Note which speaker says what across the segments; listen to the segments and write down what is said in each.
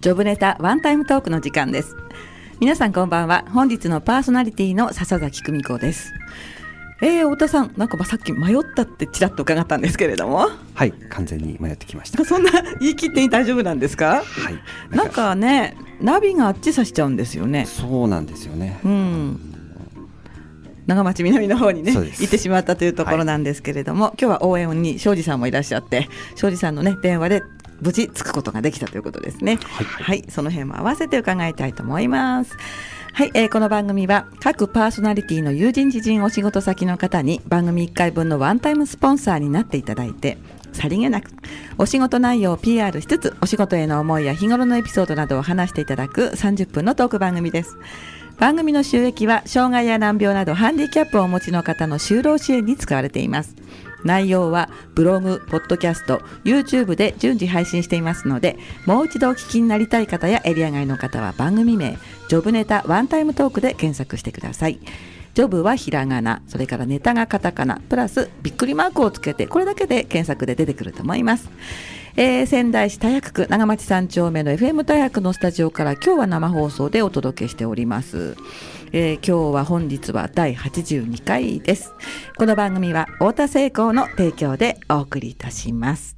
Speaker 1: ジョブネタワンタイムトークの時間です。皆さんこんばんは。本日のパーソナリティの笹崎久美子です。えー、太田さん、なんかまあさっき迷ったってちらっと伺ったんですけれども、
Speaker 2: はい、完全に迷ってきました。
Speaker 1: そんな言い切って大丈夫なんですか？
Speaker 2: はい、
Speaker 1: なんかね、ナビがあっちさしちゃうんですよね。
Speaker 2: そうなんですよね
Speaker 1: う。ん。長町南の方にね
Speaker 2: そうです
Speaker 1: 行ってしまったというところなんですけれども、今日は応援に庄司さんもいらっしゃって庄司さんのね電話で無事着くことができたということですねはい、その辺も合わせて伺いたいと思いますはい、えーこの番組は各パーソナリティの友人知人お仕事先の方に番組1回分のワンタイムスポンサーになっていただいてさりげなくお仕事内容を PR しつつお仕事への思いや日頃のエピソードなどを話していただく30分のトーク番組です番組の収益は障害や難病などハンディキャップをお持ちの方の就労支援に使われています内容はブログ、ポッドキャスト、YouTube で順次配信していますのでもう一度お聞きになりたい方やエリア外の方は番組名ジョブネタワンタイムトークで検索してくださいジョブはひらがなそれからネタがカタカナプラスびっくりマークをつけてこれだけで検索で出てくると思いますえー仙台市田薬区長町三丁目の FM 大学のスタジオから今日は生放送でお届けしております、えー今日は本日は第82回ですこの番組は太田製鋼の提供でお送りいたします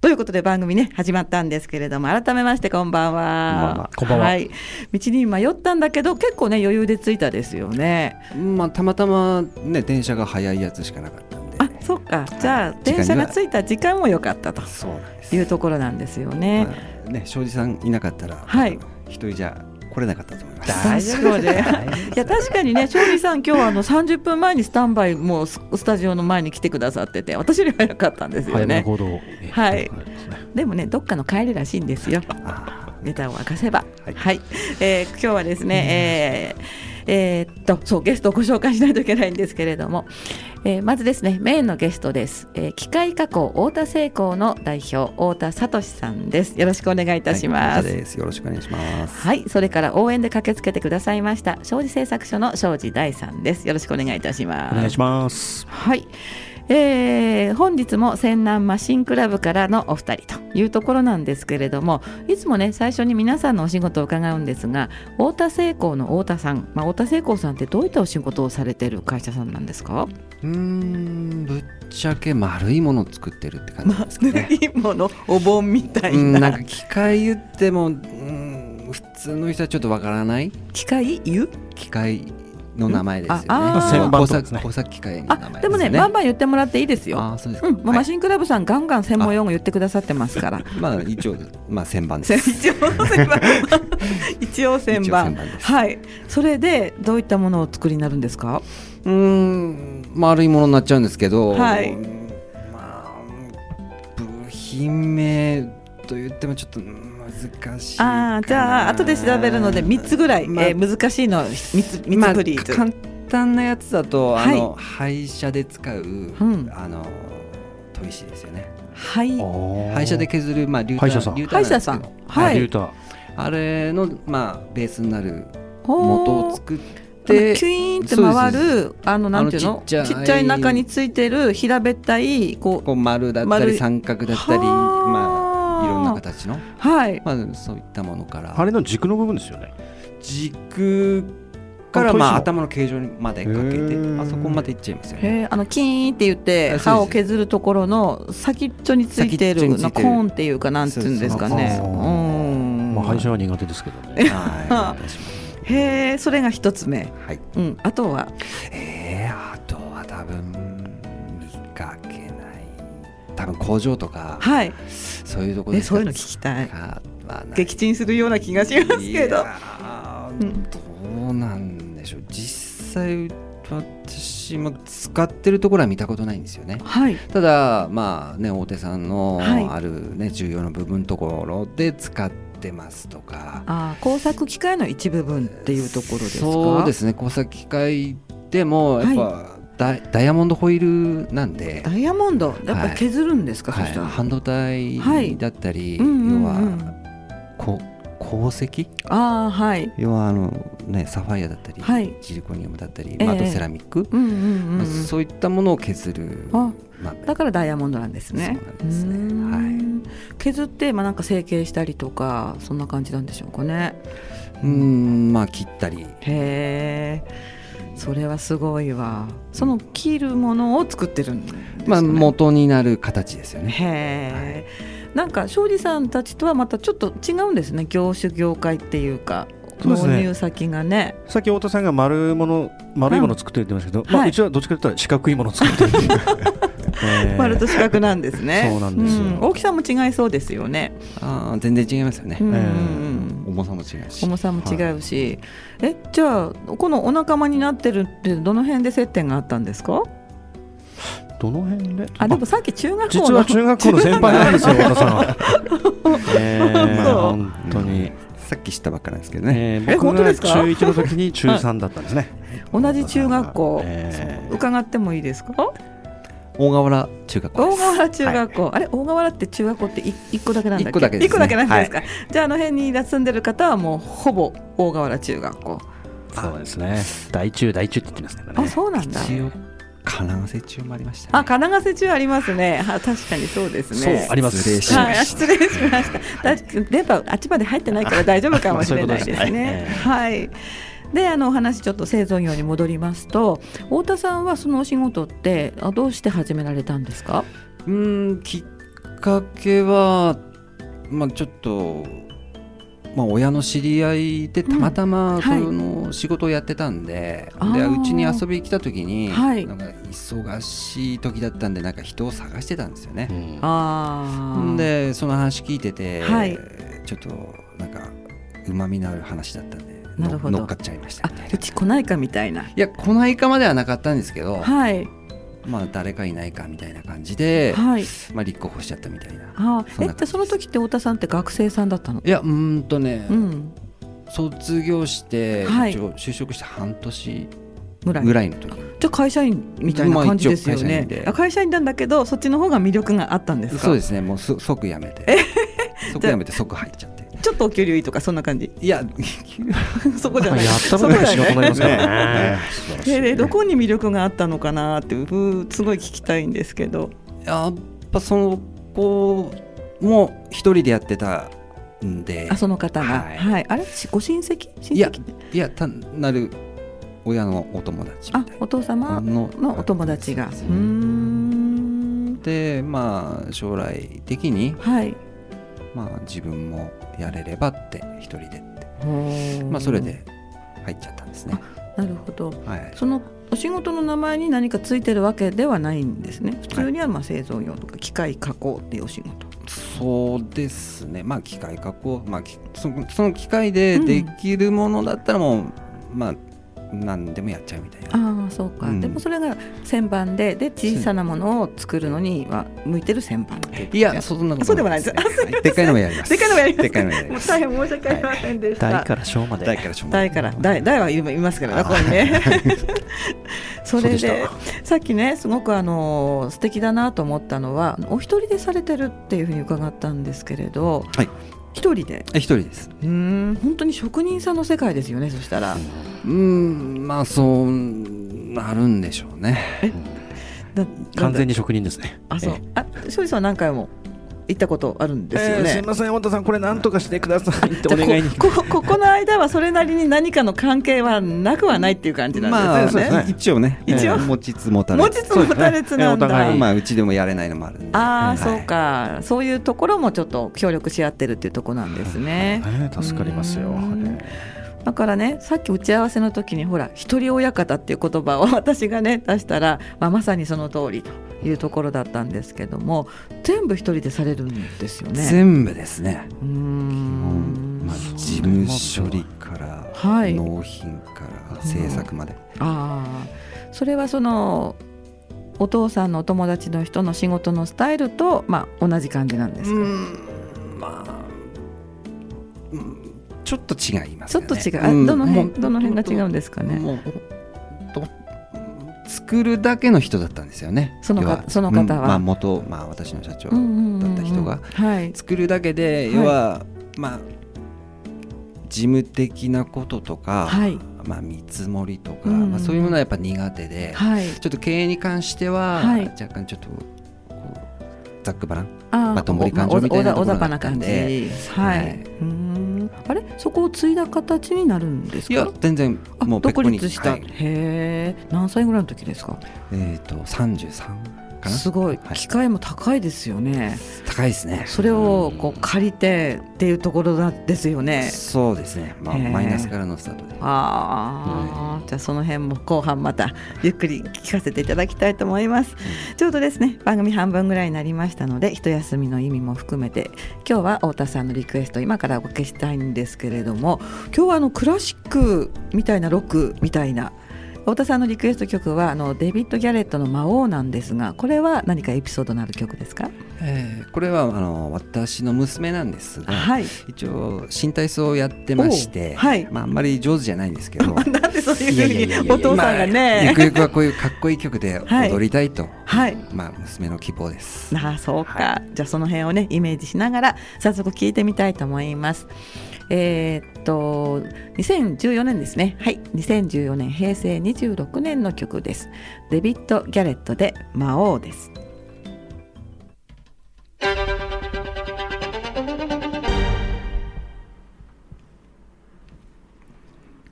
Speaker 1: ということで番組ね始まったんですけれども改めましてこんばんは
Speaker 3: こんばんは
Speaker 1: はい、道に迷ったんだけど結構ね余裕で着いたですよね
Speaker 2: まあ、たまたまね、電車が早いやつしかなかったんで。
Speaker 1: あそっかじゃあ
Speaker 2: はい
Speaker 1: 電車が着いた時間も良かったと
Speaker 2: そうなんです。
Speaker 1: いうところなんですよね、
Speaker 2: まあね、庄司さんいなかったら、
Speaker 1: はい
Speaker 2: 一人じゃ来れなかったと思います。
Speaker 3: 大丈夫で
Speaker 1: 確
Speaker 3: す
Speaker 1: かいや確かにね、勝利さん、今日はあの30分前にスタンバイ、もうススタジオの前に来てくださってて、私より早かったんですよ
Speaker 3: 早めの
Speaker 1: ね。
Speaker 3: 行動をね
Speaker 1: はい
Speaker 3: 取ることですね
Speaker 1: でもね、どっかの帰りらしいんですよ、
Speaker 2: あ
Speaker 1: ネタを明かせば。は、
Speaker 2: はいい
Speaker 1: えー今日はですね、えーえーっとそうゲストをご紹介しないといけないんですけれども、えーまずですね、メインのゲストです、えー機械加工太田製工の代表、太田聡さんです。よろしくお願いい
Speaker 2: ー
Speaker 1: たしま
Speaker 2: はい
Speaker 1: す。
Speaker 2: 大丈夫ですよろしくお願いします。
Speaker 1: はい、それから応援で駆けつけてくださいました庄司製作所の庄司大さんです。よろしくお願いいたします。
Speaker 3: お願いします
Speaker 1: はい、えー本日も泉南マシンクラブからのお二人というところなんですけれどもいつもね最初に皆さんのお仕事を伺うんですが太田製鋼の太田さん、まあ、太田製鋼さんってどういったお仕事をされてる会社さんなんですか、
Speaker 2: うーん、ぶっちゃけ丸いものを作ってるって感じなんです かね。
Speaker 1: いいものお盆みた
Speaker 2: うん、なんか機械言っても、うん、普通の人はちょっとわからない
Speaker 1: 機械湯
Speaker 2: 機械の名前ですよね。
Speaker 1: うんああー
Speaker 3: 旋盤
Speaker 2: 工
Speaker 3: とかです
Speaker 2: 作
Speaker 3: ね
Speaker 2: 工作機械の名
Speaker 1: あ
Speaker 2: 前
Speaker 1: でもねバンバン言ってもらっていいですよ。
Speaker 2: ああそうですか。
Speaker 1: うん、もう
Speaker 2: はい
Speaker 1: マシンクラブさんガンガン専門用語言ってくださってます から。
Speaker 2: まあ一応まあ旋盤です。
Speaker 1: 一応旋盤一応
Speaker 2: 一応
Speaker 1: 旋盤
Speaker 2: 旋盤です
Speaker 1: はいそれでどういったものをお作りになるんですか
Speaker 2: うーん丸いものになっちゃうんですけど、
Speaker 1: はい
Speaker 2: まあ部品名と言ってもちょっと難しいかな。
Speaker 1: ああじゃあ後で調べるので3つぐらい、
Speaker 2: まあ
Speaker 1: えー難しいの3つ
Speaker 2: ま
Speaker 1: 3
Speaker 2: あ
Speaker 1: つプリーズ、
Speaker 2: 簡単なやつだとあの、
Speaker 1: は
Speaker 2: 廃車で使う、
Speaker 1: ん
Speaker 2: あの砥石ですよね。
Speaker 1: はい
Speaker 2: 廃車で削るまあ流
Speaker 3: 廃車さ
Speaker 2: 体
Speaker 3: ん
Speaker 2: 流
Speaker 1: 歯
Speaker 2: 体
Speaker 1: 医
Speaker 2: なんで
Speaker 1: 者
Speaker 2: す
Speaker 1: さ
Speaker 2: け
Speaker 1: ん
Speaker 2: ど、
Speaker 3: は
Speaker 1: はい
Speaker 3: リュ
Speaker 1: い
Speaker 3: ータ
Speaker 2: あれのまあベースになる元
Speaker 1: ほ
Speaker 2: を
Speaker 1: ー
Speaker 2: 作って。
Speaker 1: でキュイーンって回るあのなんていう
Speaker 2: あ
Speaker 1: の
Speaker 2: の
Speaker 1: ち
Speaker 2: ち
Speaker 1: っ
Speaker 2: っ
Speaker 1: ち
Speaker 2: ち
Speaker 1: ゃ
Speaker 2: ゃ
Speaker 1: い
Speaker 2: い
Speaker 1: 中についてる平べったいこう
Speaker 2: こう丸だった
Speaker 1: 丸い
Speaker 2: り三角だったり、
Speaker 1: はあ
Speaker 2: まあいろんな形の、
Speaker 1: はい
Speaker 2: まあそういったものから、
Speaker 3: あれの軸の部分ですよね
Speaker 2: 軸からまあ
Speaker 3: こ
Speaker 2: 頭の形状にまでかけ
Speaker 3: へ
Speaker 2: て、
Speaker 3: ー
Speaker 2: あそこまでいっちゃいますよね。
Speaker 1: へーあのキーンって言って
Speaker 2: あそうです
Speaker 1: 歯を削るところの先っちょについて
Speaker 2: 先っちょ
Speaker 1: る
Speaker 2: についてる
Speaker 1: なコーンっていうかなんていうんですかね。
Speaker 3: そううそうそうんまあ廃車は苦手ですけど
Speaker 2: は
Speaker 3: ね
Speaker 2: いお願いします
Speaker 1: へえそれが一つ目、
Speaker 2: はい。
Speaker 1: うん、あとは
Speaker 2: えー、あとは多分見かけない。多分工場とか、
Speaker 1: はい
Speaker 2: そういうところ
Speaker 1: え
Speaker 2: でしか
Speaker 1: そういうの聞きたい
Speaker 2: 使わない。
Speaker 1: 撃沈するような気がしますけ
Speaker 2: い
Speaker 1: ど
Speaker 2: やー
Speaker 1: うん
Speaker 2: どうなんでしょう。実際私も使ってるところは見たことないんですよね。
Speaker 1: はい
Speaker 2: ただまあね大手さんの
Speaker 1: はい
Speaker 2: あるね、重要な部分ところで使ってますとか
Speaker 1: あー工作機械の一部分っていうところですか
Speaker 2: そうですね工作機械でもやっぱ、ダイダイヤモンドホイールなんで、
Speaker 1: ダイヤモンドやっぱり削るんですか、
Speaker 2: は
Speaker 1: そ
Speaker 2: い、
Speaker 1: したら、
Speaker 2: 半導
Speaker 1: はい
Speaker 2: 体だったり、
Speaker 1: うんうんうん
Speaker 2: 要はこ宝石
Speaker 1: ああはい。
Speaker 2: 要はあの、ね、サファイアだったり、
Speaker 1: はい
Speaker 2: ジリコニウムだったり、
Speaker 1: ええ
Speaker 2: まあ、あとセラミック、
Speaker 1: うんうんうんう
Speaker 2: まあ、
Speaker 1: ん。
Speaker 2: そういったものを削る
Speaker 1: あ
Speaker 2: まあ
Speaker 1: だからダイヤモンドなんですね。
Speaker 2: そうなんですね
Speaker 1: うーん
Speaker 2: は
Speaker 1: 削ってまあなんか成形したりとかそんな感じなんでしょうかね。
Speaker 2: うーんまあ切ったり
Speaker 1: へえ。それはすごいわ。その切るものを作ってるんですね。
Speaker 2: まあ元になる形ですよね。
Speaker 1: へえ。なんか庄司さんたちとはまたちょっと違うんですね。業種業界っていうか。
Speaker 3: そうですね
Speaker 1: 納入先がね。
Speaker 3: さっき太田さんが丸もの丸いものを作ってるって言いましたけど、ま
Speaker 1: は
Speaker 3: あ
Speaker 1: いう
Speaker 3: ちはどっちかというと四角いものを作ってるっていう えー
Speaker 1: 丸と四角なんですね。
Speaker 3: そうなんですよ
Speaker 1: 大きさも違いそうですよね。
Speaker 2: ああ全然違いますよね。
Speaker 1: うんうんうん
Speaker 2: 重さも違うし。
Speaker 1: 重さも違うし、えじゃあこのお仲間になってるってどの辺で接点があったんですか
Speaker 3: どの辺で
Speaker 1: あでもさっき中学校
Speaker 3: 実
Speaker 1: の
Speaker 3: は中学校の先輩なんですよ、太田さ んは。えー、本当に。
Speaker 2: さっき知ったばっかなんですけどね。
Speaker 3: えー
Speaker 1: え本
Speaker 3: 僕
Speaker 1: 当で
Speaker 3: が
Speaker 1: すか
Speaker 3: 中一の時 に中三だったんですね。
Speaker 1: 同じ中学校、
Speaker 3: えー
Speaker 1: 伺ってもいいですか
Speaker 2: 大河原中学校で
Speaker 1: 大
Speaker 2: す。
Speaker 1: 河原中学校、あれ大河原って中学校ってい一個だけなんだっけ
Speaker 2: 一個だけですね
Speaker 1: 一個だけなんですか、じゃああの辺に住んでる方はもうほぼ大河原中学校、
Speaker 3: そうですね。大中大中って言ってますからね。
Speaker 1: あそうなんだ
Speaker 2: 一応金合わせ中もありました、ね。
Speaker 1: あ金ヶ瀬中ありますねあ確かにそうですね
Speaker 3: そうあります
Speaker 2: 失礼し
Speaker 1: は
Speaker 2: ま
Speaker 1: い、
Speaker 2: し
Speaker 1: あ失礼しました。だ電波あっちまで入ってないから大丈夫かもしれないです
Speaker 3: そういうことです
Speaker 1: ね
Speaker 3: ね。
Speaker 1: はい。であのお話ちょっと製造業に戻りますと太田さんはそのお仕事ってあどうして始められたんですか
Speaker 2: た。うーんきっかけはまあちょっと。まあ、親の知り合いでたまた
Speaker 1: う
Speaker 2: ま
Speaker 1: んはい
Speaker 2: その仕事をやってたんで,、
Speaker 1: あ
Speaker 2: で
Speaker 1: ー
Speaker 2: うちに遊びに来た時に、
Speaker 1: はい
Speaker 2: なんか忙しい時だったんでなんか人を探してたんですよね。
Speaker 3: うん
Speaker 1: あー
Speaker 2: でその話聞いてて、
Speaker 1: はい
Speaker 2: ちょっとなんかうまみのある話だったんで
Speaker 1: なるほど
Speaker 2: の乗っかっちゃいました
Speaker 1: あ
Speaker 2: みたいな
Speaker 1: うち来ないかみたいない
Speaker 2: やこのいかまではなかったんですけど、
Speaker 1: はい
Speaker 2: まあ誰かいないかみたいな感じで、
Speaker 1: はい
Speaker 2: まあ、立候補しちゃったみたいな
Speaker 1: あー
Speaker 2: そんな感じ
Speaker 1: えじ
Speaker 2: です
Speaker 1: ゃあその時って太田さんって学生さんだったの
Speaker 2: いやうーんとね、
Speaker 1: うん
Speaker 2: 卒業して、
Speaker 1: はい
Speaker 2: 一応就職して半年
Speaker 1: ぐらい
Speaker 2: ぐらいの時に
Speaker 1: じゃあ会社員みたいな感じですよ
Speaker 2: まあ一応会社
Speaker 1: ね
Speaker 2: 員、で
Speaker 1: あ会社員なんだけどそっちの方が魅力があったんですか
Speaker 2: そうですねもうす即辞めて 即辞めて即入っちゃって
Speaker 1: ちょっとお給料いいとかそんな感じ
Speaker 2: いや
Speaker 1: そこじゃ
Speaker 3: まあ
Speaker 1: ない
Speaker 3: やったことない仕事になります からね。
Speaker 1: えーどこに魅力があったのかなってうんすごい聞きたいんですけど。
Speaker 2: やっぱその子も一人でやってたんで
Speaker 1: あその方が、は、
Speaker 2: はいい
Speaker 1: あれしご親戚親戚
Speaker 2: いやいや単なる親のお友達み
Speaker 1: あ
Speaker 2: たい
Speaker 1: お父様
Speaker 2: なの
Speaker 1: のお友達が。う
Speaker 2: そう
Speaker 1: ーん
Speaker 2: でまあ将来的に、
Speaker 1: はい。
Speaker 2: まあ、自分もやれればって一人でって、まあ、それ。で入っちゃったんですね、
Speaker 1: なるほど。
Speaker 2: はい、
Speaker 1: そのお仕事の名前に何かついてるわけではないんですね。普通にはまあ製造業とか機械加工っていうお仕事。
Speaker 2: そうですねまあ機械加工、まあ、きそのその機械でできるものだったらもう、まあ何でもやっちゃうみたいな
Speaker 1: ああそうか、
Speaker 2: うん
Speaker 1: でもそれが旋盤でで小さなものを作るのには向いてる旋盤っていうこと
Speaker 2: いやそんなこと
Speaker 1: そうでもないです
Speaker 2: す、はいでっかいのもやります
Speaker 1: でっかいのもやります
Speaker 2: でっかいのもやり
Speaker 1: も
Speaker 2: ま
Speaker 1: う
Speaker 2: す
Speaker 1: 大変申し訳ありませんでした。
Speaker 3: 大から小ま
Speaker 2: 大
Speaker 3: で。
Speaker 2: からしょうもない
Speaker 1: 大から大大はいいますからねここにね。 それ
Speaker 2: そうで
Speaker 1: でさっきねすごくあのー素敵だなと思ったのはお一人でされてるっていうふうに伺ったんですけれど、
Speaker 2: はい
Speaker 1: 一人で
Speaker 2: え一人です
Speaker 1: うーん本当に職人さんの世界ですよねそしたら
Speaker 2: うーんまあそうなるんでしょうね
Speaker 1: だ
Speaker 3: 完全
Speaker 1: に
Speaker 3: に職人ですね。
Speaker 1: あそうあ庄司さんは何回も行ったことあるんですよね。
Speaker 3: ません、太田さん、これなんとかしてくださいって
Speaker 1: じゃあここここの間はそれなりに何かの関係はなくはないっていう感じなん
Speaker 2: ま
Speaker 1: ですよね。
Speaker 2: あ一応ね
Speaker 1: 一応
Speaker 2: 持ちつ持たれ
Speaker 1: 持ちつ持たれつなんだ。
Speaker 3: そうですねお互い
Speaker 2: まあうちでもやれないのもあるんで
Speaker 1: ああ、
Speaker 2: はい
Speaker 1: そうか、そういうところもちょっと協力し合ってるっていうところなんですね。
Speaker 3: 助かりますよ。
Speaker 1: うんだからね、さっき打ち合わせの時に、ほら、一人親方っていう言葉を 私がね、出したら、まあ、まさにその通りというところだったんですけども。全部一人でされるんですよね。
Speaker 2: 全部ですね
Speaker 1: うーん
Speaker 2: まあ事務処理から
Speaker 1: はい
Speaker 2: 納品から制作まで
Speaker 1: ああ、それはその。お父さんのお友達の人の仕事のスタイルと、まあ、同じ感じなんですか。
Speaker 2: んまあうんちょっと違います
Speaker 1: ちょ
Speaker 2: よ
Speaker 1: っ
Speaker 2: ね
Speaker 1: と違う、あ
Speaker 2: ん
Speaker 1: どの
Speaker 2: も
Speaker 1: 辺、
Speaker 2: う
Speaker 1: どの辺が違うんですかね。
Speaker 2: もうど作るだけの人だったんですよね
Speaker 1: そのか
Speaker 2: 要
Speaker 1: その方は
Speaker 2: うんまあ、元、まあ、私の社長
Speaker 1: うんうんうんうん
Speaker 2: だった人が
Speaker 1: はい、
Speaker 2: 作るだけで、
Speaker 1: い
Speaker 2: 要はまあ事務的なこととか、
Speaker 1: はい
Speaker 2: まあ、見積もりとか、
Speaker 1: うん
Speaker 2: まあ、そういうものはやっぱ苦手で、
Speaker 1: はい
Speaker 2: ちょっと経営に関しては、
Speaker 1: はい
Speaker 2: 若干ちょっとこうざっくばらん
Speaker 1: あー
Speaker 2: まともに感情みたいな
Speaker 1: おおおざおざ
Speaker 2: とこ
Speaker 1: ばな
Speaker 2: ろだった
Speaker 1: 感
Speaker 2: ん
Speaker 1: じ
Speaker 2: で
Speaker 1: はい、
Speaker 2: はいう
Speaker 1: ーんあれそこを継いだ形になるんですか
Speaker 2: いや全然
Speaker 1: あ
Speaker 2: もうペコ
Speaker 1: 独
Speaker 2: に
Speaker 1: 立した、
Speaker 2: はい
Speaker 1: へえ何歳ぐらいの時ですか
Speaker 2: えっ、と33かな
Speaker 1: すごい
Speaker 2: は
Speaker 1: 機会も高いですよね、
Speaker 2: 高いですね
Speaker 1: それをこう借りてっていうところなんですよね
Speaker 2: そうですね、まあ、
Speaker 1: へー
Speaker 2: マイナスからのスタートで
Speaker 1: ああ、じゃあその辺も後半またゆっくり聞かせていただきたいと思います、ちょうどですね番組半分ぐらいになりましたので一休みの意味も含めて今日は太田さんのリクエスト今からお受けしたいんですけれども今日はあのクラシックみたいなロックみたいな太田さんのリクエスト曲はあのデビッド・ギャレットの「魔王」なんですがこれは何かエピソードのある曲ですか
Speaker 2: えーこれはあの私の娘なんですが、
Speaker 1: はい
Speaker 2: 一応新体操をやってまして、
Speaker 1: おうはい
Speaker 2: まあ、あんまり上手じゃないんですけど
Speaker 1: なんでそう
Speaker 3: いやいや
Speaker 1: い
Speaker 3: いうや
Speaker 1: ふう
Speaker 3: い
Speaker 1: に
Speaker 3: や
Speaker 1: お父さんが
Speaker 2: ゆ
Speaker 1: ね
Speaker 2: くゆくはこういうかっこいい曲 で
Speaker 1: はい
Speaker 2: 踊りたいと、
Speaker 1: はい
Speaker 2: まあ、娘の希望です。
Speaker 1: ああそうか、じゃあその辺をねイメージしながら早速聞いてみたいと思います。えーっと2014年ですねはい2014年平成26年の曲ですデビッド・ギャレットで「魔王」です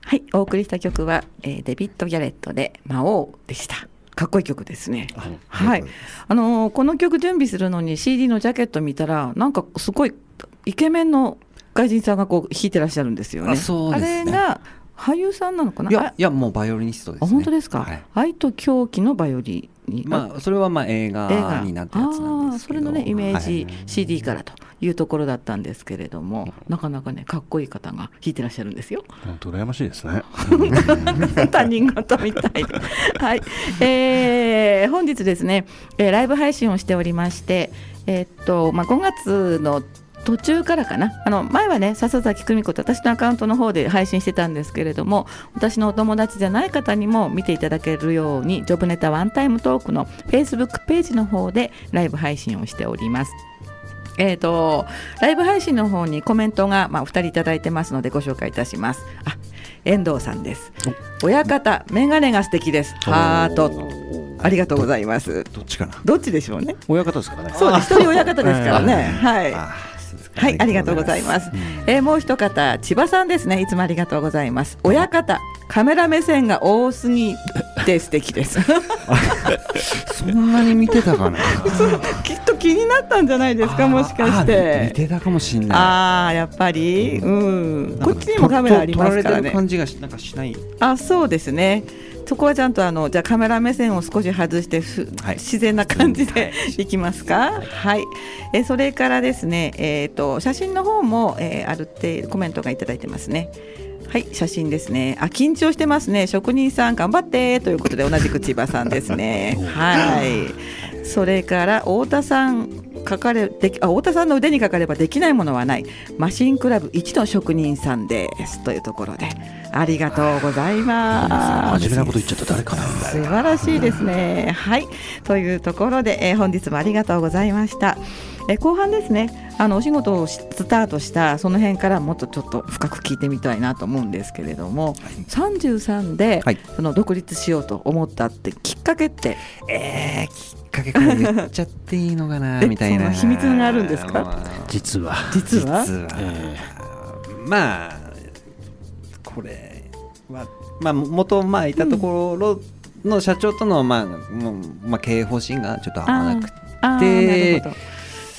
Speaker 1: はいお送りした曲は、えーデビッド・ギャレットで「魔王」でしたかっこいい曲ですね
Speaker 3: あ
Speaker 1: はい、あのーこの曲準備するのに CD のジャケット見たらなんかすごいイケメンの外人さんがこう弾いてらっしゃるんですよね。
Speaker 2: あそうですね
Speaker 1: あれが俳優さんなのかないあ
Speaker 2: やいやもうバイオリニストです、
Speaker 1: あ
Speaker 2: ね、
Speaker 1: 本当ですか、
Speaker 2: はい
Speaker 1: 愛と狂気のバイオリン
Speaker 2: まあ、それはまあ映
Speaker 1: あ映画
Speaker 2: 画になったやつなんですけど
Speaker 1: あーそれのねイメー
Speaker 2: はい
Speaker 1: ジ CD からというところだったんですけれども、なかなかねかっこいい方が弾いてらっしゃるんですよ。
Speaker 3: 本当羨ましいですね。
Speaker 1: 他人事みたいではい、えー本日ですね、えーライブ配信をしておりまして、えーっとまあ、5月の途中からかなあの前はね笹崎久美子と私のアカウントの方で配信してたんですけれども私のお友達じゃない方にも見ていただけるようにジョブネタワンタイムトークの Facebook ページの方でライブ配信をしております。えー、とライブ配信の方にコメントが、まあ、お二人いただいてますのでご紹介いたします。あ遠藤さんです。親方、メガネが素敵です。ハート、ありがとうございます。
Speaker 2: どっちかな
Speaker 1: どっちでしょうね。
Speaker 3: 親方ですからね。
Speaker 1: そうです。一人親方ですからね。
Speaker 3: あ
Speaker 1: はい。
Speaker 2: あーそうですか
Speaker 1: はい、ありがとうございます。えーもう一方、千葉さんですね。いつもありがとうございます。親方、カメラ目線が多すぎて素敵 です。
Speaker 2: そんなに見てたかな
Speaker 1: きっと気になったんじゃないですか、もしかし
Speaker 2: あー似
Speaker 1: て。
Speaker 2: てたかもしれない
Speaker 1: ああ、やっぱり、うん、こっちにもカメラありますからね。
Speaker 2: 撮られてる感じがしなんかしない。
Speaker 1: あそうですねそこはちゃんとあのじゃあカメラ目線を少し外してふ、
Speaker 2: はい
Speaker 1: 自然な感じで、、
Speaker 2: はい
Speaker 1: きますかはい、えそれからですねえっ、と写真の方も、えーあるってコメントがいただいてますねはい写真ですねあ緊張してますね職人さん頑張ってということで同じく千葉さんですねはいそれから太田さん書かれできあ太田さんの腕にかかればできないものはないマシンクラブ一の職人さんですというところでありがとうございます。
Speaker 3: 真面目なこと言っちゃった誰かな。
Speaker 1: 素晴らしいですね。はい、というところで、えー本日もありがとうございました。えー後半ですね。あのお仕事をしスタートしたその辺からもっとちょっと深く聞いてみたいなと思うんですけれども、33で、
Speaker 2: はい
Speaker 1: その独立しようと思ったってきっかけって、
Speaker 2: えー、きっかけから言っちゃっていいのかな
Speaker 1: え
Speaker 2: みたいな
Speaker 1: その秘密があるんですか
Speaker 2: まあ
Speaker 3: 実は。
Speaker 1: 実は
Speaker 2: 実は
Speaker 3: え
Speaker 2: まあこれはまあ元まあいたところの社長とのまあ、もうまあ、経営方針がちょっと合わなくて
Speaker 1: あー
Speaker 2: で
Speaker 1: なるほど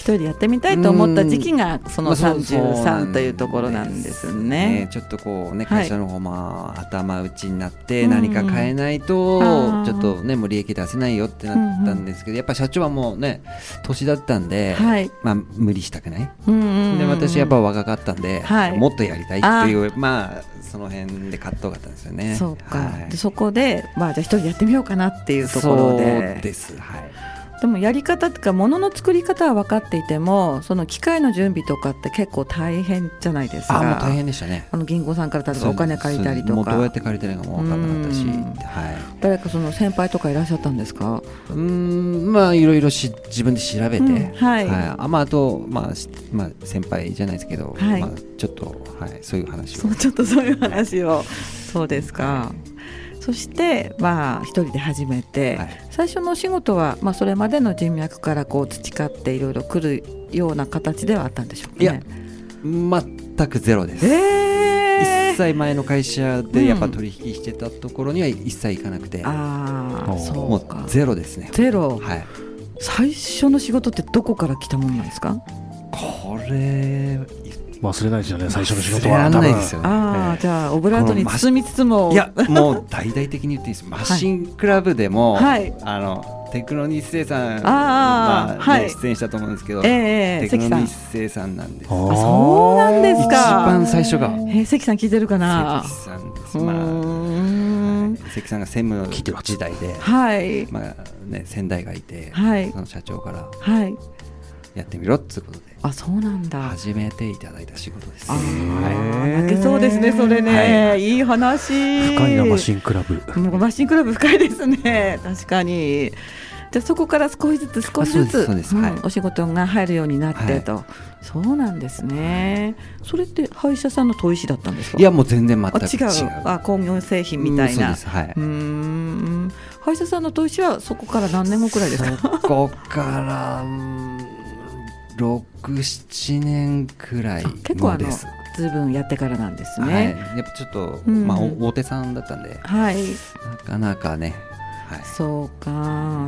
Speaker 1: 一人でやってみたいと思った時期がその
Speaker 2: まあそうそうなん
Speaker 1: 33というところなんです
Speaker 2: ね
Speaker 1: ね。
Speaker 2: ちょっとこうね
Speaker 1: はい
Speaker 2: 会社の方も頭打ちになって
Speaker 1: うん
Speaker 2: 何か変えないと
Speaker 1: あー
Speaker 2: ちょっとねもう利益出せないよってなったんですけどやっぱ社長はもうね年だったんで
Speaker 1: はい、
Speaker 2: まあ無理したくない
Speaker 1: うんうんうん
Speaker 2: で私やっぱ若かったんで
Speaker 1: はい
Speaker 2: もっとやりたいっていうまあその辺で葛藤があったんですよね
Speaker 1: そうか、
Speaker 2: はい
Speaker 1: でそこで、まあ、じゃあ一人でやってみようかなっていうところ
Speaker 2: そう
Speaker 1: で
Speaker 2: ですはい
Speaker 1: でもやり方っていうかものの作り方は分かっていてもその機械の準備とかって結構大変じゃないですか
Speaker 2: あもう大変でしたね
Speaker 1: あの銀行さんから例えばお金借りたりと
Speaker 2: もう
Speaker 1: か
Speaker 2: どうやって借りてるのかも分かんなかったし、
Speaker 1: うん
Speaker 2: はい
Speaker 1: 誰かその先輩とかいらっしゃったんですか
Speaker 2: うーんまあいろいろし自分で調べて、
Speaker 1: うんはい
Speaker 2: あまああと、まあしまあ、先輩じゃないですけど、
Speaker 1: はい
Speaker 2: まあ、ちょっと、はい、そういう話を
Speaker 1: そうちょっとそういう話をそうですかそしてまあ一人で始めて、
Speaker 2: はい
Speaker 1: 最初のお仕事は、まあ、それまでの人脈からこう培っていろいろ来るような形ではあったんでしょうかね
Speaker 2: いや全くゼロです、
Speaker 1: え
Speaker 2: 一切前の会社でやっ
Speaker 1: う
Speaker 2: ぱ
Speaker 1: ん
Speaker 2: 取引してたところには一切行かなくて、
Speaker 1: ああ
Speaker 3: お
Speaker 1: そ
Speaker 2: も
Speaker 1: うか
Speaker 2: うゼロですね
Speaker 1: ゼロ、
Speaker 2: はい
Speaker 1: 最初の仕事ってどこから来たもんなんですか
Speaker 2: これ
Speaker 3: 忘れないですよね、最初の仕事
Speaker 2: 忘れ
Speaker 3: は。
Speaker 2: られないですよね
Speaker 1: ああ、じゃあオブラートに包みつつも
Speaker 2: いやもう大々的に言っていいですマシンクラブでも、
Speaker 1: はい
Speaker 2: あのテクノニッセイさん
Speaker 1: あー
Speaker 2: まあね
Speaker 1: はい
Speaker 2: 出演したと思うんですけど、
Speaker 1: ええええ
Speaker 2: テク
Speaker 1: 関
Speaker 2: ノ
Speaker 1: さ
Speaker 2: ニ
Speaker 1: ん
Speaker 2: ッセイさんなんです
Speaker 3: 多
Speaker 2: 一
Speaker 3: 分。
Speaker 1: あそうなんですか
Speaker 2: 番最初が
Speaker 1: えー、関さん聞いてるかな
Speaker 2: 関さんです、
Speaker 1: うー
Speaker 2: まあ
Speaker 1: ん
Speaker 2: はい関さんが専務
Speaker 3: 聞いてる
Speaker 2: の時代で、
Speaker 1: はい
Speaker 2: まあね、先代がいて、
Speaker 1: はい
Speaker 2: その社長から
Speaker 1: はい
Speaker 2: やってみろっつうことで
Speaker 1: あそうなんだ
Speaker 2: 始めていただいた仕事です。
Speaker 1: あー
Speaker 3: へー
Speaker 1: 泣けそうですねそれね、、
Speaker 2: はい
Speaker 1: い話
Speaker 3: 深いな、マシンクラブ。
Speaker 1: もうマシンクラブ深いですね確かにじゃあそこから少しずつ少しずつ
Speaker 2: あそうですそうですはい
Speaker 1: お仕事が入るようになっ
Speaker 2: は
Speaker 1: て
Speaker 2: い
Speaker 1: と、そうなんですねそれって歯医者さんの砥石だったんですか
Speaker 2: いやもう全然
Speaker 1: あ
Speaker 2: 全
Speaker 1: 違
Speaker 2: く違
Speaker 1: う
Speaker 2: う。
Speaker 1: あ工業製品みたい
Speaker 2: うん
Speaker 1: な
Speaker 2: そうですはい。
Speaker 1: うーん歯医者さんの砥石はそこから何年後くらいですか
Speaker 2: そこから六七年くらい
Speaker 1: 結構あ
Speaker 2: の
Speaker 1: の
Speaker 2: です。
Speaker 1: ずいぶんやってからなんです
Speaker 2: はい、
Speaker 1: ね
Speaker 2: やっぱちょっと、
Speaker 1: うん
Speaker 2: まあお大手さんだったんで
Speaker 1: はい、
Speaker 2: なかなかね、はい、
Speaker 1: そうか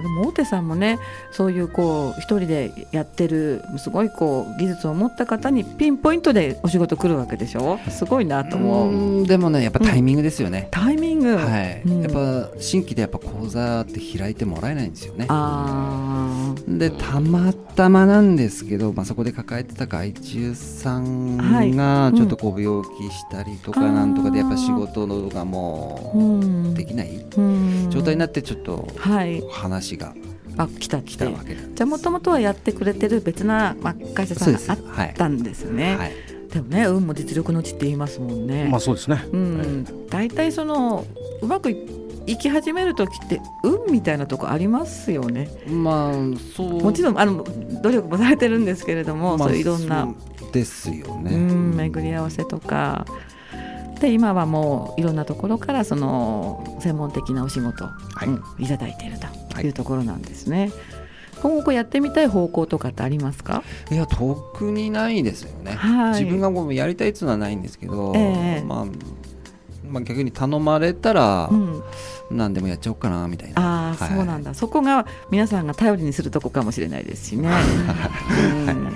Speaker 1: でも大手さんもねそういうこう一人でやってるすごいこう技術を持った方にピンポイントでお仕事来るわけでしょすごいなと思う、
Speaker 2: うんでもねやっぱタイミングですよね。
Speaker 1: タイミング、
Speaker 2: はい、
Speaker 1: うん
Speaker 2: やっぱ新規でやっぱ講座って開いてもらえないんですよね。
Speaker 1: あ
Speaker 2: でたまたまなんですけど、まあ、そこで抱えてた外注さん
Speaker 1: はいう
Speaker 2: が
Speaker 1: ん
Speaker 2: ちょっとこう病気したりとかなんとかで
Speaker 1: あー
Speaker 2: やっぱ仕事のが
Speaker 1: ーう
Speaker 2: もうんできない
Speaker 1: うん
Speaker 2: 状態になってちょっと
Speaker 1: はい
Speaker 2: 話が
Speaker 1: あ来た来
Speaker 2: 来
Speaker 1: た
Speaker 2: た
Speaker 1: じ
Speaker 2: わけなんです
Speaker 1: ゃあもともとはやってくれてる別な、まあ、会社さ
Speaker 2: そ
Speaker 1: んが
Speaker 2: うです
Speaker 1: あっ
Speaker 2: はい
Speaker 1: たんですね
Speaker 2: はい
Speaker 1: でもね運も実力の地って言いますもんね、
Speaker 3: まあ、そうですね。
Speaker 1: うん、大体そのうまくいいき始める時って運みたいなとこありますよね
Speaker 2: まあそう
Speaker 1: もちろんあの努力もされてるんですけれども、
Speaker 2: まあ
Speaker 1: そういういろんなう、
Speaker 2: そうですよね
Speaker 1: ん、巡り合わせとかで今はもういろんなところからその専門的なお仕事を、
Speaker 2: はい
Speaker 1: うんいただいていると
Speaker 2: はい
Speaker 1: いうところなんですね。今後こうやってみたい方向とかってありますか？
Speaker 2: いや特にないですよね、
Speaker 1: はい
Speaker 2: 自分がもうやりたいっていうのはないんですけど、
Speaker 1: ええ
Speaker 2: まあ、まあ逆に頼まれたら
Speaker 1: うん、
Speaker 2: 何でもやっちゃおうかなみたいな、
Speaker 1: ああ、
Speaker 2: はい
Speaker 1: そうなんだ。そこが皆さんが頼りにするとこかもしれないですしね。うん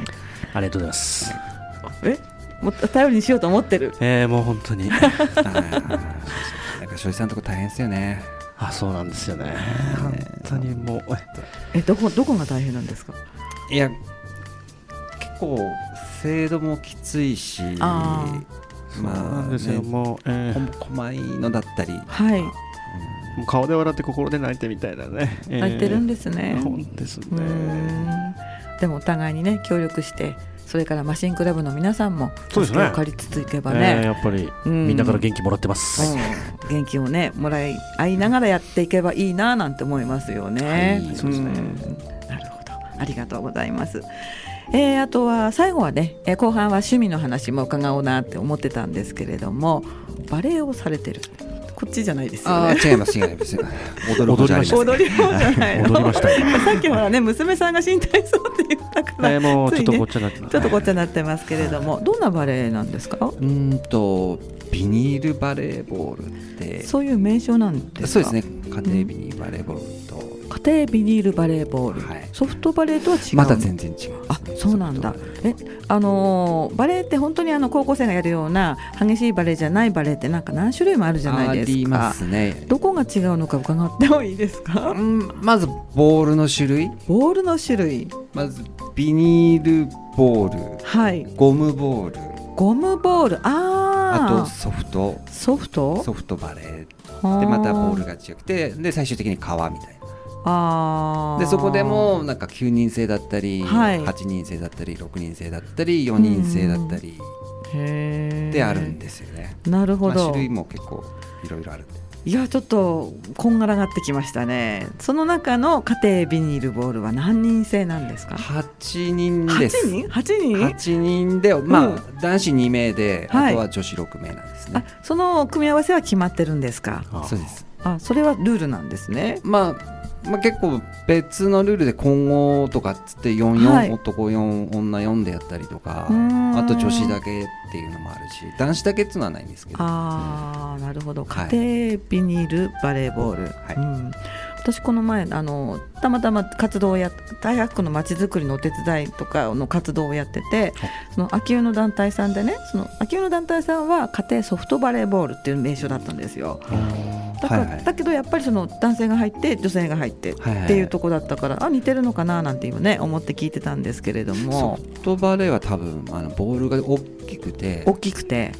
Speaker 3: ありがとうございます。
Speaker 1: え、もっと頼りにしようと思ってる。
Speaker 3: えー、もう本当 に。
Speaker 2: あーなんか庄司さんのとこ大変ですよね
Speaker 3: あ、そうなんですよね。本当にもう。
Speaker 1: え、どこどこが大変なんですか？
Speaker 2: いや結構制度もきついし
Speaker 1: あ
Speaker 3: そう
Speaker 2: ま
Speaker 3: な
Speaker 2: あ
Speaker 3: んです
Speaker 2: ね
Speaker 3: よ、もう、えー
Speaker 2: こ細いのだったり、
Speaker 1: はい、
Speaker 3: もう顔で笑って心で泣いてみたいなね。えー
Speaker 1: 泣いてるんですね。
Speaker 3: 本です
Speaker 1: うー
Speaker 3: ね。
Speaker 1: んでもお互いにね協力してそれからマシンクラブの皆さんも
Speaker 3: そ
Speaker 1: 助
Speaker 3: うです
Speaker 1: け
Speaker 3: ね
Speaker 1: を借りつついけば
Speaker 3: えー
Speaker 1: ね
Speaker 3: やっぱり、
Speaker 1: うん
Speaker 3: みんなから元気もらってます。
Speaker 1: うん元気をねもらい合いながらやっていけばいいななんて思いますよね。
Speaker 2: はい
Speaker 3: そうですね
Speaker 1: んなるほどありがとうございます。えーあとは最後はね、えー後半は趣味の話も伺おうなって思ってたんですけれどもバレエをされてるこっちじゃないですよ
Speaker 2: あ
Speaker 1: ね。
Speaker 2: ー違います違い ます踊ることじゃありません
Speaker 1: 踊りもじゃないの
Speaker 3: 踊りました今
Speaker 1: さっきほらね娘さんが心体操って言ったから、
Speaker 3: えーもう
Speaker 1: つい
Speaker 3: ちょ
Speaker 1: ね
Speaker 3: っとごっちゃになってます
Speaker 1: ちょっとごっちゃになってますけれども、どんなバレエなんですか。
Speaker 2: うーんとビニールバレーボールって
Speaker 1: そういう名称なんですか。
Speaker 2: そうですね。家庭ビニールバレーボールと、
Speaker 1: 家庭ビニールバレーボール、
Speaker 2: はい
Speaker 1: ソフトバレーとは違う。
Speaker 2: まだ全然違う
Speaker 1: あ、そうなんだ
Speaker 2: ソフ。
Speaker 1: え、あのーバレーって本当にあの高校生がやるような激しいバレーじゃないバレーってなんか何種類もあるじゃないですか。
Speaker 2: ありますね
Speaker 1: どこが違うのか伺ってもいいです
Speaker 2: う
Speaker 1: か。
Speaker 2: んまずボールの種類
Speaker 1: ボールの種類、
Speaker 2: まずビニールボール
Speaker 1: はい、
Speaker 2: ゴムボール
Speaker 1: ゴムボール、あ
Speaker 2: あ
Speaker 1: あ、
Speaker 2: とソフト
Speaker 1: ソフト、
Speaker 2: ソフトバレー
Speaker 1: はー
Speaker 2: でまたボールが強くてで最終的に革みたいな
Speaker 1: あー
Speaker 2: でそこでもなんか9人制だったり、
Speaker 1: はい
Speaker 2: 8人制だったり6人制だったり4人制だったり
Speaker 1: へー
Speaker 2: であるんですよね。
Speaker 1: なるほ
Speaker 2: まあ
Speaker 1: ど、
Speaker 2: 種類も結構いろいろあるんで
Speaker 1: いやちょっとこんがらがってきましたねその中の家庭ビニールボールは何人制なんですか
Speaker 2: 8人
Speaker 1: 8
Speaker 2: です。
Speaker 1: 人8人
Speaker 2: 8人で、まあ
Speaker 1: うん
Speaker 2: 男子2名で、
Speaker 1: はい
Speaker 2: あとは女子6名なんです
Speaker 1: あ
Speaker 2: ね。
Speaker 1: その組み合わせは決まってるんですか
Speaker 3: あ
Speaker 2: そうです
Speaker 1: あそれはルールなんですね
Speaker 2: まあ、まあ結構別のルールで混合とかっつって44、
Speaker 1: はい
Speaker 2: 男4女4でやったりとか
Speaker 1: うーん
Speaker 2: あと女子だけっていうのもあるし男子だけっていうのはないんですけど
Speaker 1: ああなるほど
Speaker 2: はい
Speaker 1: 家庭ビニールバレーボール、
Speaker 2: はい
Speaker 1: うん、私この前あのたまたま活動をやっ大学区のまちづくりのお手伝いとかの活動をやっててその秋保の団体さんでねその秋保の団体さんは家庭ソフトバレーボールっていう名称だったんですよ。だから
Speaker 2: はいはい
Speaker 1: だけどやっぱりその男性が入って女性が入ってっ
Speaker 2: はいはい
Speaker 1: ていうとこだったから、あ似てるのかななんて今ね思って聞いてたんですけれど
Speaker 2: ソ
Speaker 1: も
Speaker 2: フトバレーは多分あのボールが大きくて
Speaker 1: 大きくて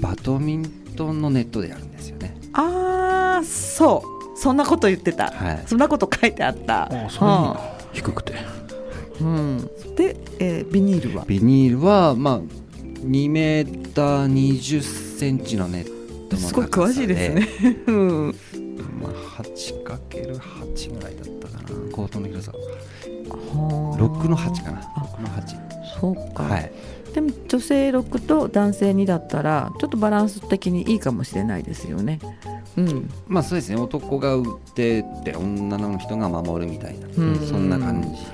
Speaker 2: バドミントンのネットでやるんですよね。
Speaker 1: ああそうそんなこと言ってた、
Speaker 2: はい
Speaker 1: そんなこと書いてあった
Speaker 3: あそういうの低くて
Speaker 1: うんうんで、えービニールは
Speaker 2: ビニールは、まあ、2メーター20センチのネットの高さ
Speaker 1: すごい詳しいですね、 うん、
Speaker 2: まあ、8×8 ぐらいだったかなコートの広さ
Speaker 1: 6
Speaker 2: 6の8かな
Speaker 1: あ
Speaker 2: 6の8
Speaker 1: そうか、
Speaker 2: はい
Speaker 1: でも女性6と男性2だったらちょっとバランス的にいいかもしれないですよねうん
Speaker 2: まあそうですね男が打ってって女の人が守るみたいな
Speaker 1: うん
Speaker 2: そんな感じですね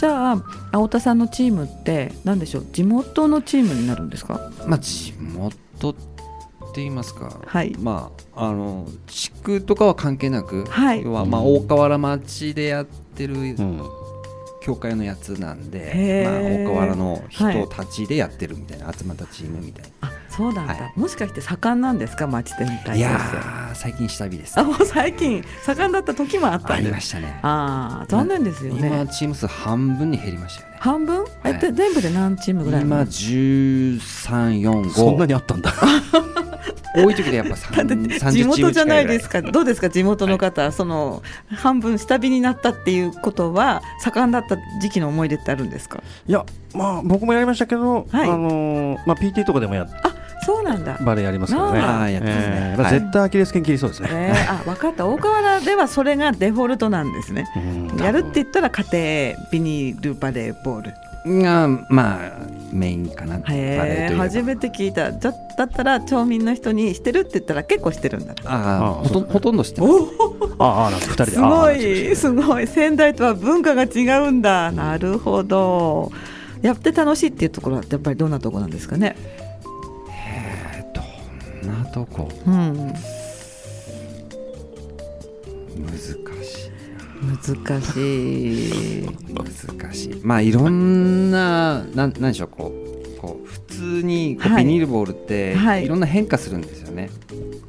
Speaker 1: じゃあ青田さんのチームって何でしょう地元のチームになるんですか
Speaker 2: まあ地元って言いますか、
Speaker 1: はい
Speaker 2: まああの地区とかは関係なく、
Speaker 1: はい
Speaker 2: 要はまあ
Speaker 3: う
Speaker 2: 大
Speaker 3: ん
Speaker 2: 河原町でやってる
Speaker 3: うん
Speaker 2: 教会のやつなん
Speaker 1: へ
Speaker 2: で、まあ、
Speaker 1: ー
Speaker 2: 大河原の人たちでやってるみたいな、集まったチームみたいな
Speaker 1: あそうなんだ、
Speaker 2: は
Speaker 1: もしかして盛んなんですか町全体
Speaker 2: い
Speaker 1: として
Speaker 2: やー最近下火です
Speaker 1: あもう最近盛んだった時もあった
Speaker 2: あ
Speaker 1: ん
Speaker 2: り
Speaker 1: で
Speaker 2: ますしたね
Speaker 1: ああ残念ですよ
Speaker 2: 今
Speaker 1: ね
Speaker 2: チーム数半分に減りましたよね
Speaker 1: 半分え
Speaker 2: はい
Speaker 1: で全部で何チームぐらい
Speaker 2: 今
Speaker 1: なの
Speaker 3: そんな
Speaker 2: 13445
Speaker 3: にあったんだ
Speaker 2: 多い時でやっぱ
Speaker 1: だって
Speaker 2: 3 30
Speaker 1: 地元じゃないです
Speaker 2: か
Speaker 1: か、どうですか、地元の方、その半分下火になったっていうことは、盛んだった時期の思い出ってあるんですか。
Speaker 3: いやまあ僕もやりましたけど、
Speaker 1: はい
Speaker 3: あのーまあ PT とかでもやっ
Speaker 1: あそうなんだ、
Speaker 3: バレーやりますからね
Speaker 2: ああやってますね
Speaker 3: えーまあ
Speaker 2: はい
Speaker 3: 絶対アキレス腱切りそうですね、
Speaker 1: えー、あ分かった、大河原ではそれがデフォルトなんですね。
Speaker 3: うん
Speaker 1: やるって言ったら家庭ビニールバレーボール。
Speaker 2: がまあメインかなバレー
Speaker 1: へ
Speaker 2: と
Speaker 1: え、
Speaker 2: いえば
Speaker 1: 初めて聞いた。じゃだったら町民の人にしてるって言ったら結構してるんだ。
Speaker 2: あ
Speaker 3: あ
Speaker 2: あほとほとんどしてます
Speaker 1: おお、
Speaker 3: ああなんか二人です
Speaker 1: ごい
Speaker 3: す
Speaker 1: すごい仙台とは文化が違うんだなるほどやって楽しいっていうところはやっぱりどんなところなんですかね
Speaker 2: えーどんなとこ
Speaker 1: うん
Speaker 2: 難しい
Speaker 1: 難しい
Speaker 2: 難しいまあいろんななんなんでしょうこうこう普通にこう
Speaker 1: はい
Speaker 2: ビニールボールって
Speaker 1: はい
Speaker 2: いろんな変化するんですよね、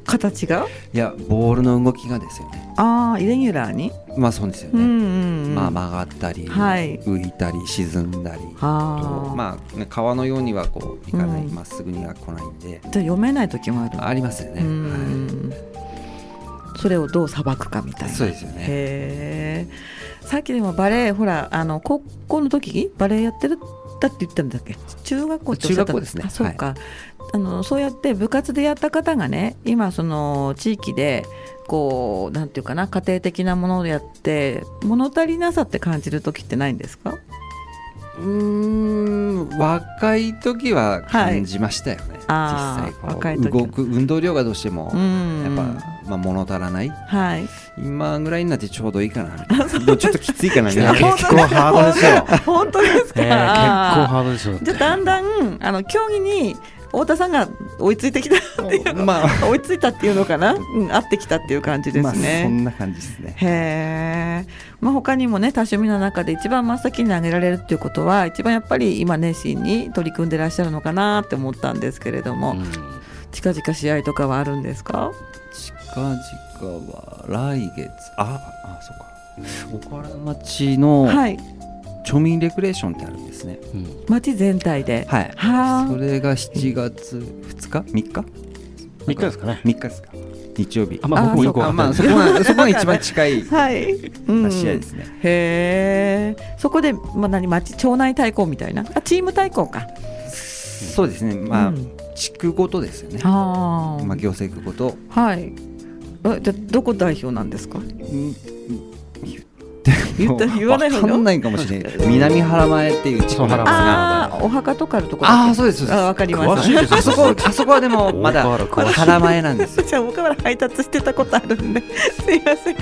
Speaker 1: 形が
Speaker 2: い、やボールの動きがですよね
Speaker 1: ああイレギュラーに、
Speaker 2: まあそうですよ
Speaker 1: う
Speaker 2: ね、
Speaker 1: んうんうん
Speaker 2: まあ、曲がったり、
Speaker 1: はい
Speaker 2: 浮いたり沈んだりあ
Speaker 1: あ
Speaker 2: と
Speaker 1: ー
Speaker 2: まあね川のようにはこういかない
Speaker 1: うん
Speaker 2: ま、っすぐには来ないんで
Speaker 1: じゃあ読めない時もある
Speaker 2: ありますよね、
Speaker 1: う
Speaker 2: は
Speaker 1: んそれをどう裁くかみたい
Speaker 2: い、
Speaker 1: な
Speaker 2: そうですよね
Speaker 1: へえさっきでもバレエほらあの高校の時バレエやってるだって言ったんだっけ中学校っておっしゃったん
Speaker 2: 中学校ですね
Speaker 1: あそうか、あのそうやって部活でやった方がね今その地域でこうなんていうかな家庭的なものをやって物足りなさって感じる時ってないんですか
Speaker 2: うーん若い時は感じましたよね、
Speaker 1: あー
Speaker 2: 実際こう
Speaker 1: 若い時は
Speaker 2: 動く運動量がどうしても、
Speaker 1: うん
Speaker 2: やっぱ、まあ、物足らない
Speaker 1: はい
Speaker 2: 今ぐらいになってちょうどいいかなみたいな もうちょっときついかなみたいな
Speaker 3: 結構ハードですよ、
Speaker 1: 本当ですか、
Speaker 3: えー、結構ハードですよ
Speaker 1: じゃあだんだんあの競技に太田さんが追いついてきたっていうの、
Speaker 2: まあ
Speaker 1: 追いついたっていうのかな、うん、合ってきたっていう感じで
Speaker 2: まあ
Speaker 1: すね。
Speaker 2: そんな感じですね
Speaker 1: へえ、まあ、他にもね多趣味の中で一番真っ先に挙げられるっていうことは一番やっぱり今熱心に取り組んでらっしゃるのかなって思ったんですけれども、
Speaker 3: うん
Speaker 1: 近々試合とかはあるんですか
Speaker 2: 近々は来月ああそうか岡原町の
Speaker 1: はい
Speaker 2: 町民レクレーションってあるんですね
Speaker 3: うん
Speaker 1: 町全体で、
Speaker 2: はい
Speaker 1: はあ
Speaker 2: それが7月2日3日
Speaker 3: 3日ですかね
Speaker 2: 3日ですか日曜日
Speaker 3: あまあ
Speaker 1: あ
Speaker 3: 僕もよくわか
Speaker 2: あ
Speaker 3: んな
Speaker 2: ま
Speaker 3: い
Speaker 2: あそこがそこが一番近い
Speaker 1: はい、うん
Speaker 2: 試合ですね
Speaker 1: へえそこで、まあ、何町町内対抗みたいなあチーム対抗か
Speaker 2: そうですねまあ、
Speaker 1: うん
Speaker 2: 地区ごとですよね
Speaker 1: あー
Speaker 2: まあ行政区ごと
Speaker 1: はいえじゃあどこ代表なんですか言った言わない方
Speaker 2: わか
Speaker 1: が
Speaker 2: んないかもしれない南原前っていう地区なんですが
Speaker 1: ああお墓とかあるところ
Speaker 2: ああーそうですそうです
Speaker 1: あわかりま
Speaker 3: 詳しいですね
Speaker 2: あそこあそこはでもまだ
Speaker 3: 大河原詳しい
Speaker 2: 原前なんですよ
Speaker 1: す じゃあ僕ら配達してたことあるんで すいません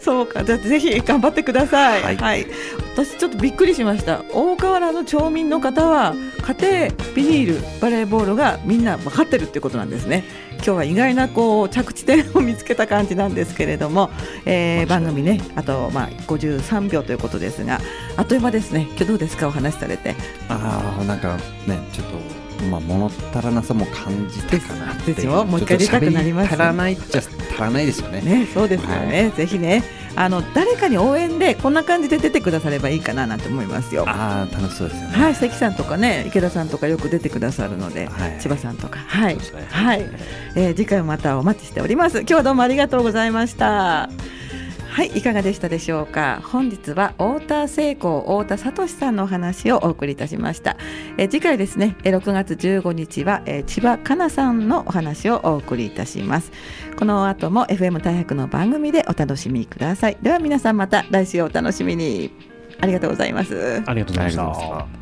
Speaker 1: そうかじゃあぜひ頑張ってください
Speaker 2: はい
Speaker 1: 私ちょっとびっくりしました大河原の町民の方は家庭ビニールバレーボールがみんな分かってるってことなんですね今日は意外なこう着地点を見つけた感じなんですけれども、えー番組ねあとまあ53秒ということですがあっという間ですね今日どうですかお話しされて
Speaker 2: ああなんかねちょっとまあ物足らなさも感じたかなってい
Speaker 1: ですよもう一回
Speaker 2: ちょっと
Speaker 1: 出たくなります
Speaker 2: 喋足らないっちゃ足らないですよね
Speaker 1: ね、そうですよね、ぜひね、あの誰かに応援で、こんな感じで出てくださればいいかななんて思いますよ。
Speaker 2: ああ楽しそうですよね
Speaker 1: はい、関さんとかね、池田さんとかよく出てくださるので、
Speaker 2: はい
Speaker 1: 千葉さんとか、はい、
Speaker 3: そうですね
Speaker 1: はい、えー次回もまたお待ちしております。今日はどうもありがとうございました。はい、いかがでしたでしょうか。本日は太田聖子、太田聡さんのお話をお送りいたしました。えー次回ですね、えー6月15日は、えー千葉かなさんのお話をお送りいたします。この後も FM 大白の番組でお楽しみください。では皆さんまた来週お楽しみに。ありがとうございます。
Speaker 3: ありがとうございま
Speaker 2: あり
Speaker 3: し。
Speaker 2: がとうございました